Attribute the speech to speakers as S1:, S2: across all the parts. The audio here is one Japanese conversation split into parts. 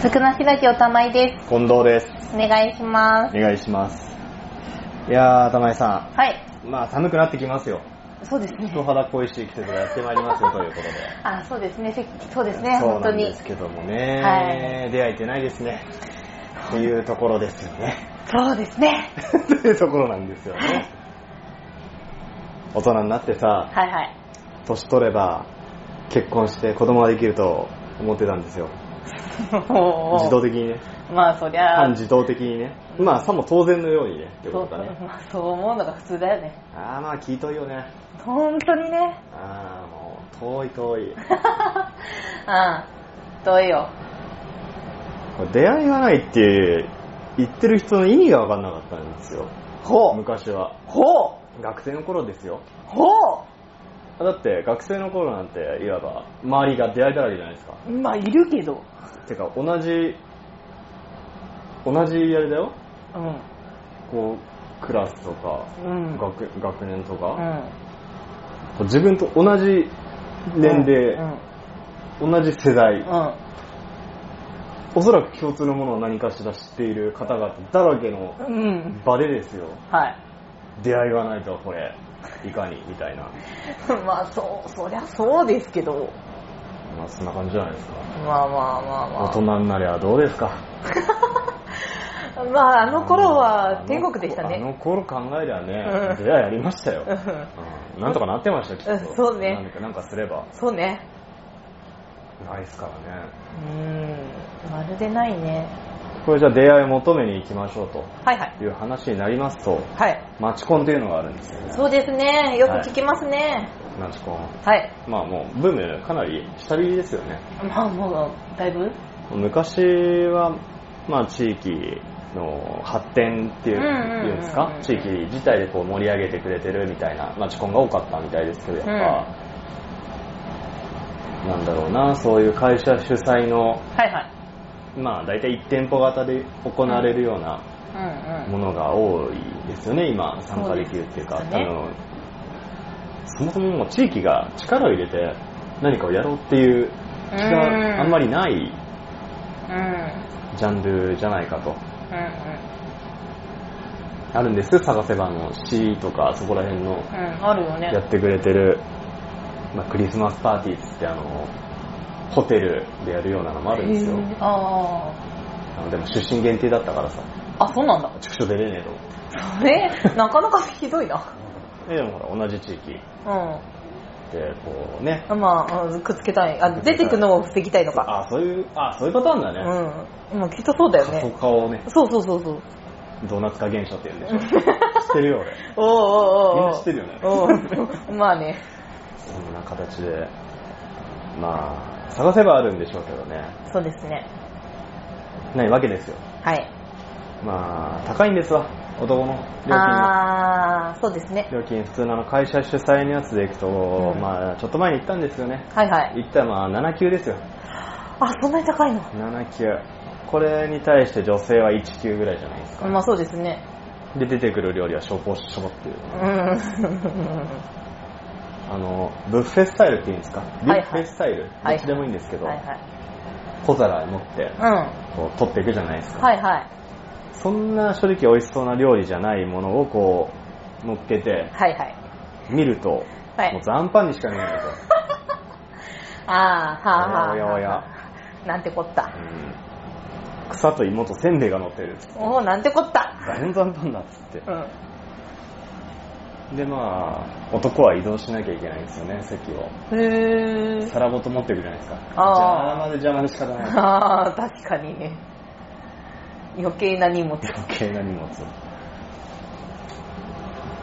S1: ずくなしラジオ玉井で
S2: 近藤です。
S1: す。お願いします。
S2: お願いします。いやー、玉井さ
S1: はい。
S2: ん。まあ、寒くなってきますよ。
S1: そうですね
S2: 人。肌恋しい季節がやってまいりますよ、ということで。
S1: あ、そうですね。せそうですね。
S2: そう
S1: 本
S2: な
S1: 当
S2: んで
S1: に
S2: す。けどもね、
S1: は
S2: 出会えてないですね。っていうところですよね。
S1: そうですね。
S2: っていうところなんですよね。大人になってさ、
S1: はいはい。
S2: 年取れば結婚して子供ができると思ってたんですよ。自
S1: 自
S2: 動的にね。
S1: まあそりゃ。
S2: 半自動的にね。まあ、さも当然のようにね、って
S1: そ
S2: こ
S1: う
S2: とだね。
S1: まあそう思うのが普通だよね。
S2: あー、まあ、聞いといよね。
S1: 本当にね。
S2: あー、もう、遠い遠い。
S1: うん。どうよ。
S2: 出会いがないって言ってる人の意味が分かんなかったんですよ。
S1: ほう。
S2: 昔は。
S1: ほう。
S2: 学生の頃ですよ。
S1: ほ
S2: だって、学生の頃なんて、いわば、周りが出会いだらけじゃないですか。
S1: う。まあいるけど。
S2: てか、同じ、同じあれだよ。
S1: うん。
S2: こう、クラスとか、
S1: うん。
S2: 学学年と
S1: う
S2: か、
S1: ん。
S2: 自分と同じ年齢、
S1: うん。
S2: 同じ世代、
S1: うん。
S2: おそらく共通のものを何かしら知っている方々だらけの
S1: うん。
S2: 場でですよ。
S1: はい。
S2: 出会いがないとこれ、いかに、みたいな。
S1: まあそう、そりゃそうですけど。
S2: まあそんな感じじゃないですか。
S1: まあまあまあまあ。
S2: 大人になりゃどうですか。
S1: まあ、あの頃は天国でした
S2: あの
S1: ね。
S2: 頃考えりゃね、
S1: うん
S2: 出会いありましたよ
S1: う。ん
S2: うんなんとかなってました、きっ
S1: う
S2: と。
S1: んそうね
S2: なんかなんかすれば。
S1: そうね。
S2: ないですからね。
S1: うん。まるでないね。
S2: これじゃあ出会いを求めに行きましょうと
S1: はいはい。
S2: いう話になりますと、
S1: はい。
S2: マチコンっていうのがあるんですよね。
S1: そうですね。よく聞きますね。
S2: マチコン。
S1: はい。
S2: まあもう、ブームかなり下火ですよね。
S1: まあもう、だいぶ
S2: 昔は、まあ、地域の発展っていう
S1: うんうんうんうん
S2: いうんですか地域自体でこう盛り上げてくれてるみたいな、まあ、チコンが多かったみたいですけどやっぱ、なんだろうなそういう会社主催の、
S1: はいはい。
S2: まあ、大体1店舗型で行われるような
S1: うんう
S2: も
S1: ん。
S2: のが多いですよね今参加できるっていうか
S1: そうです
S2: 多
S1: ね
S2: 分そもそももう地域が力を入れて何かをやろうっていう気があんまりない
S1: うん。
S2: ジャンルじゃないかと。
S1: うん
S2: あるんです探せばの C とかそこら辺
S1: う
S2: の
S1: ん。うん。あるよね
S2: や。ってくれてる、まあ、クリスマスパーティーっつってあのホテルでやるようなのもあるんですよ
S1: へーあ
S2: あのでも出身限定だったからさ
S1: あ。あ、そうなんだ。
S2: 畜生出れねえと思って
S1: え、なかなかひどいな。
S2: えでもほら同じ地域
S1: う
S2: でこうね
S1: ん。まあ、うんくっつけたい。あ、出てくのを防ぎたいのか。
S2: あそういうあそういうパターンだ
S1: う
S2: ね、
S1: ん。まあきっとそうだよ
S2: 仮想
S1: ね。
S2: 化をね
S1: そうそうそうそう。
S2: ドーナツ化現象って言うんでし ょ知ってるよ俺
S1: おうおうおうおう
S2: みんな知ってるよね
S1: おうまあね
S2: そんな形でまあ探せばあるんでしょうけどね
S1: そうですね
S2: ないわけですよ
S1: はい
S2: まあ高いんですわ男の料金が
S1: ああそうですね
S2: 料金普通のあの会社主催のやつで行くと、
S1: うん
S2: まあちょっと前に行ったんですよね
S1: はいはい
S2: 行ったらまあ7級ですよ
S1: あそんなに高いの
S2: 7級これに対して女性は1級ぐらいじゃないですか、
S1: まあそうですね
S2: で出てくる料理はしょぼしょぼっていう
S1: うん
S2: あのブッフェスタイルっていうんですかビュ
S1: いはい
S2: ッフェスタイル、
S1: はい
S2: どっちでもいいんですけど、
S1: はいはい
S2: 小皿持って
S1: う
S2: こう取っていくじゃないです
S1: ん
S2: か、
S1: はいはい
S2: そんな正直美味しそうな料理じゃないものをこう乗っけて
S1: はいはい
S2: 見ると、
S1: はい
S2: もう残飯にしか見えないんですよ
S1: ああはあはあ
S2: おやおやおや
S1: なんてこった
S2: うん草と芋とせんべいが乗ってる
S1: おおなんてこった
S2: 大変残飯だっつって
S1: うん
S2: でまあ男は移動しなきゃいけないんですよね席を
S1: へえ
S2: 皿ごと持っていくじゃないですか邪
S1: あ
S2: 魔で邪魔で仕方ない
S1: ああ確かにね余計な荷物
S2: 余計な荷物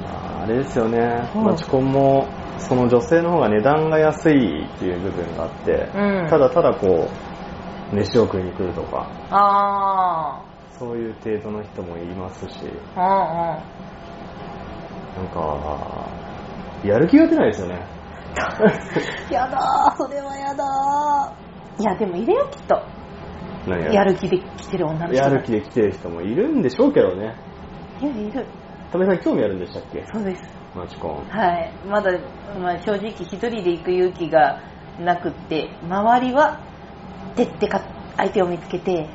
S2: まああれですよね
S1: うん
S2: マチコンもその女性の方が値段が安いっていう部分があって、
S1: うん
S2: ただただこう飯を食いに来るとか
S1: あ
S2: そういう程度の人もいますし
S1: あうんうん
S2: なんかやる気が出ないです よね
S1: やだーそれはやだーいやでもいるよきっと
S2: 何
S1: やる気で来てる女の人
S2: や
S1: が
S2: る気で来てる人もいるんでしょうけどね。
S1: いるいる
S2: ためさん興味あるんでしたっけ
S1: そうです
S2: マチコン。
S1: はいまだ、まあ、正直一人で行く勇気がなくって周りは「てってか相手を見つけて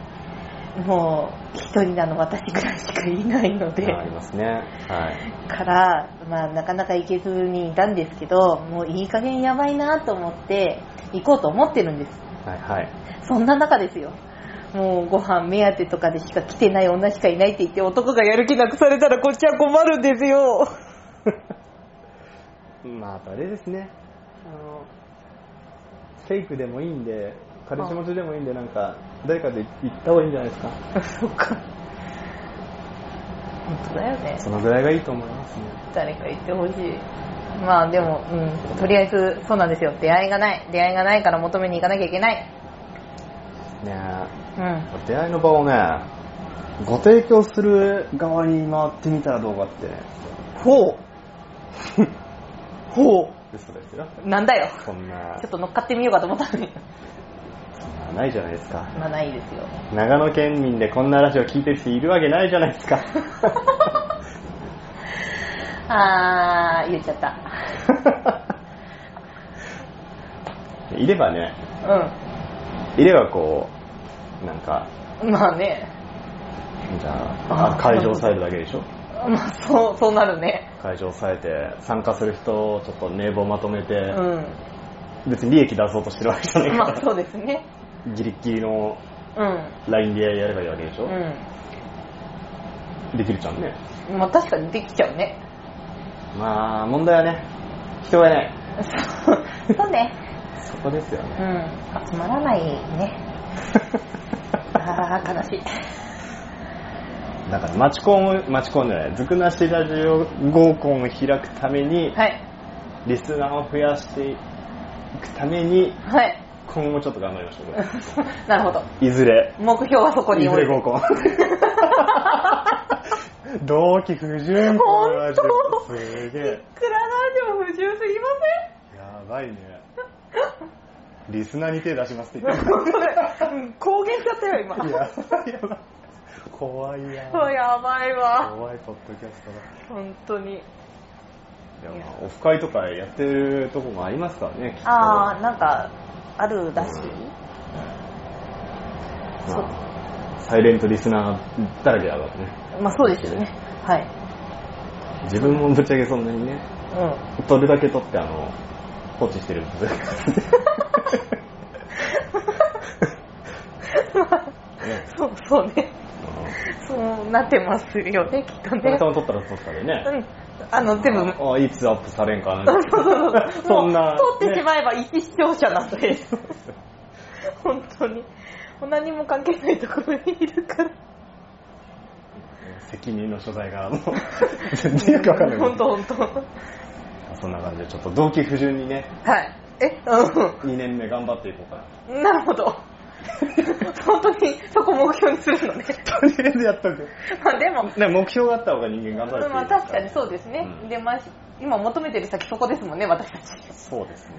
S1: もう一人なの私ぐらいしかいないので、
S2: ありますね。はい。
S1: から、まあ、なかなか行けずにいたんですけどもういい加減やばいなと思って行こうと思ってるんです
S2: はいはい。
S1: そんな中ですよもうご飯目当てとかでしか来てない女しかいないって言って男がやる気なくされたらこっちは困るんですよ
S2: まあ、あとあれですね。あの、フェイクでもいいんで、彼氏持ちでもいいんで、なんか、誰かで行った方がいいんじゃないですか。
S1: そっか本当だよね
S2: そのぐらいがいいと思いますね。
S1: 誰か言ってほしいまあでも、うん、とりあえずそうなんですよ出会いがない出会いがないから求めに行かなきゃいけない
S2: ねえ
S1: うん
S2: 出会いの場をね、ご提供する側に回ってみたらどうかって。
S1: ほうほ
S2: 嘘ですよ。
S1: うなんだよ
S2: そんな
S1: ちょ、っと乗っかってみようかと思ったのに
S2: そんなないじゃないですか。
S1: まあないですよ
S2: 長野県民でこんなラジオ聞いてる人いるわけないじゃな いですか。
S1: あー言っちゃった
S2: いればね、いればこう、なんか、
S1: うんまあね
S2: じゃあ、
S1: あ
S2: あ会場さえるだけでしょ
S1: まあそうそうなるね
S2: 会場さえて、参加する人をちょっと名簿まとめて、
S1: うん
S2: 別に利益出そうとしてるわけじゃないか
S1: ま
S2: ら、
S1: あそうですね
S2: ギリッギリの
S1: うん、
S2: LINE でやればいいわけでしょ、
S1: う
S2: できるじゃんね。
S1: ん、まあ確かにできちゃうね
S2: まあ、問題はね、人がいない。
S1: そうそうね
S2: そこですよ
S1: うん
S2: ね。
S1: 集まらないねああ悲しい
S2: だから、町コンを、町コンじゃない、ずくなしラジオ合コンを開くために、
S1: はい
S2: リスナーを増やしていくために、
S1: はい
S2: 今後もちょっと頑張りましょうこれ。
S1: なるほど
S2: いずれ、
S1: 目標はそこ
S2: い
S1: に
S2: ず
S1: 置
S2: れ
S1: いて
S2: 合 コン。同期不純このラジオすげえ。
S1: クララージオ不自由すぎま
S2: やばいね。リスナーに手出しますって言って る。
S1: せんうん公言しちゃったよ今
S2: やばいやばい。怖いや。
S1: そう やばいわ
S2: 怖いポッドキャストだ。
S1: 本当に
S2: いやまあオフ会とかやってるとこもありますからね、きっと
S1: ああなんかあるらしい、そう
S2: まあサイレントリスナーだらけだからね。
S1: まあそうですよねはい
S2: 自分もぶっちゃけそんなにね、
S1: う
S2: 撮るだけ撮って、あの、放置してるんです。ね
S1: んそうそうね
S2: あ
S1: そうなってますよねきっと
S2: のおかげ
S1: ね
S2: さま撮ったら撮ったでね。
S1: うんあの全部
S2: ああいつアップされんかな。 そん
S1: も
S2: な
S1: う取って
S2: ね
S1: しまえば一視聴者なん で、本当にもう何も関係ないところにいるから
S2: 責任の所在 がもう、全然よくわかんない。
S1: 本当本当は
S2: そんな感じで、ちょっと同期不純にね、
S1: いえう
S2: 2年目頑張っていこうかな。
S1: んなるほど本当にそこ目標にするのね
S2: とりあえずやっとく。
S1: まあでも
S2: ね、目標があった方が人間頑張るっていう
S1: まあ確かにそうですね、
S2: うん
S1: でまあ今求めてる先そこですもんね私たち
S2: そうですね。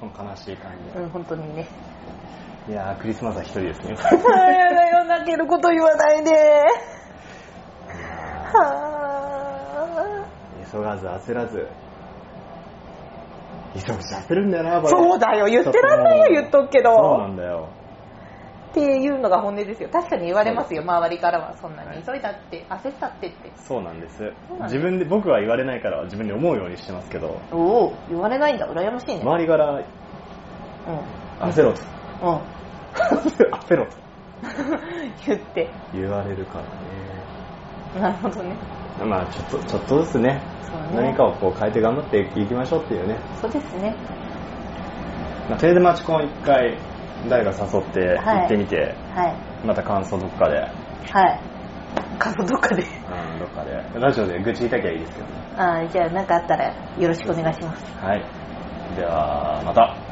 S2: この悲しい感じ。
S1: うん本当にね
S2: いやー、クリスマスは一人 ですね。
S1: やだよ泣けること言わないで
S2: まあ
S1: はあ
S2: 急がず焦らず。急ぐし焦るんだよな、これ。
S1: そうだよ言ってらんないよ
S2: ちょ
S1: 言っとくけど
S2: そうなんだよ。
S1: っていうのが本音ですよ確かに言われますよ周りからはそんなに急いだって焦ったってって
S2: そうなんです
S1: そう。なんです
S2: 自分で、僕は言われないから自分で思うようにしてますけど、
S1: おお言われないんだ羨ましいね、
S2: 周りから焦 ろと。
S1: うんうん
S2: 焦ろと。
S1: 言って
S2: 言われるから
S1: な
S2: ね。
S1: るほどね
S2: まあちょっと、ちょっとずつね、
S1: そうね
S2: 何かをこう変えて頑張っていきましょうっていうね。
S1: そうですね
S2: まあ、テレでマチコン一回誰か誘って
S1: はい
S2: 行ってみて、
S1: はい
S2: また感想どっかで、
S1: はい過去どっかで
S2: うん、どっかでラジオで愚痴言いたきゃいいですよね
S1: あーじゃあ何かあったらよろしくお願いします
S2: はいではまた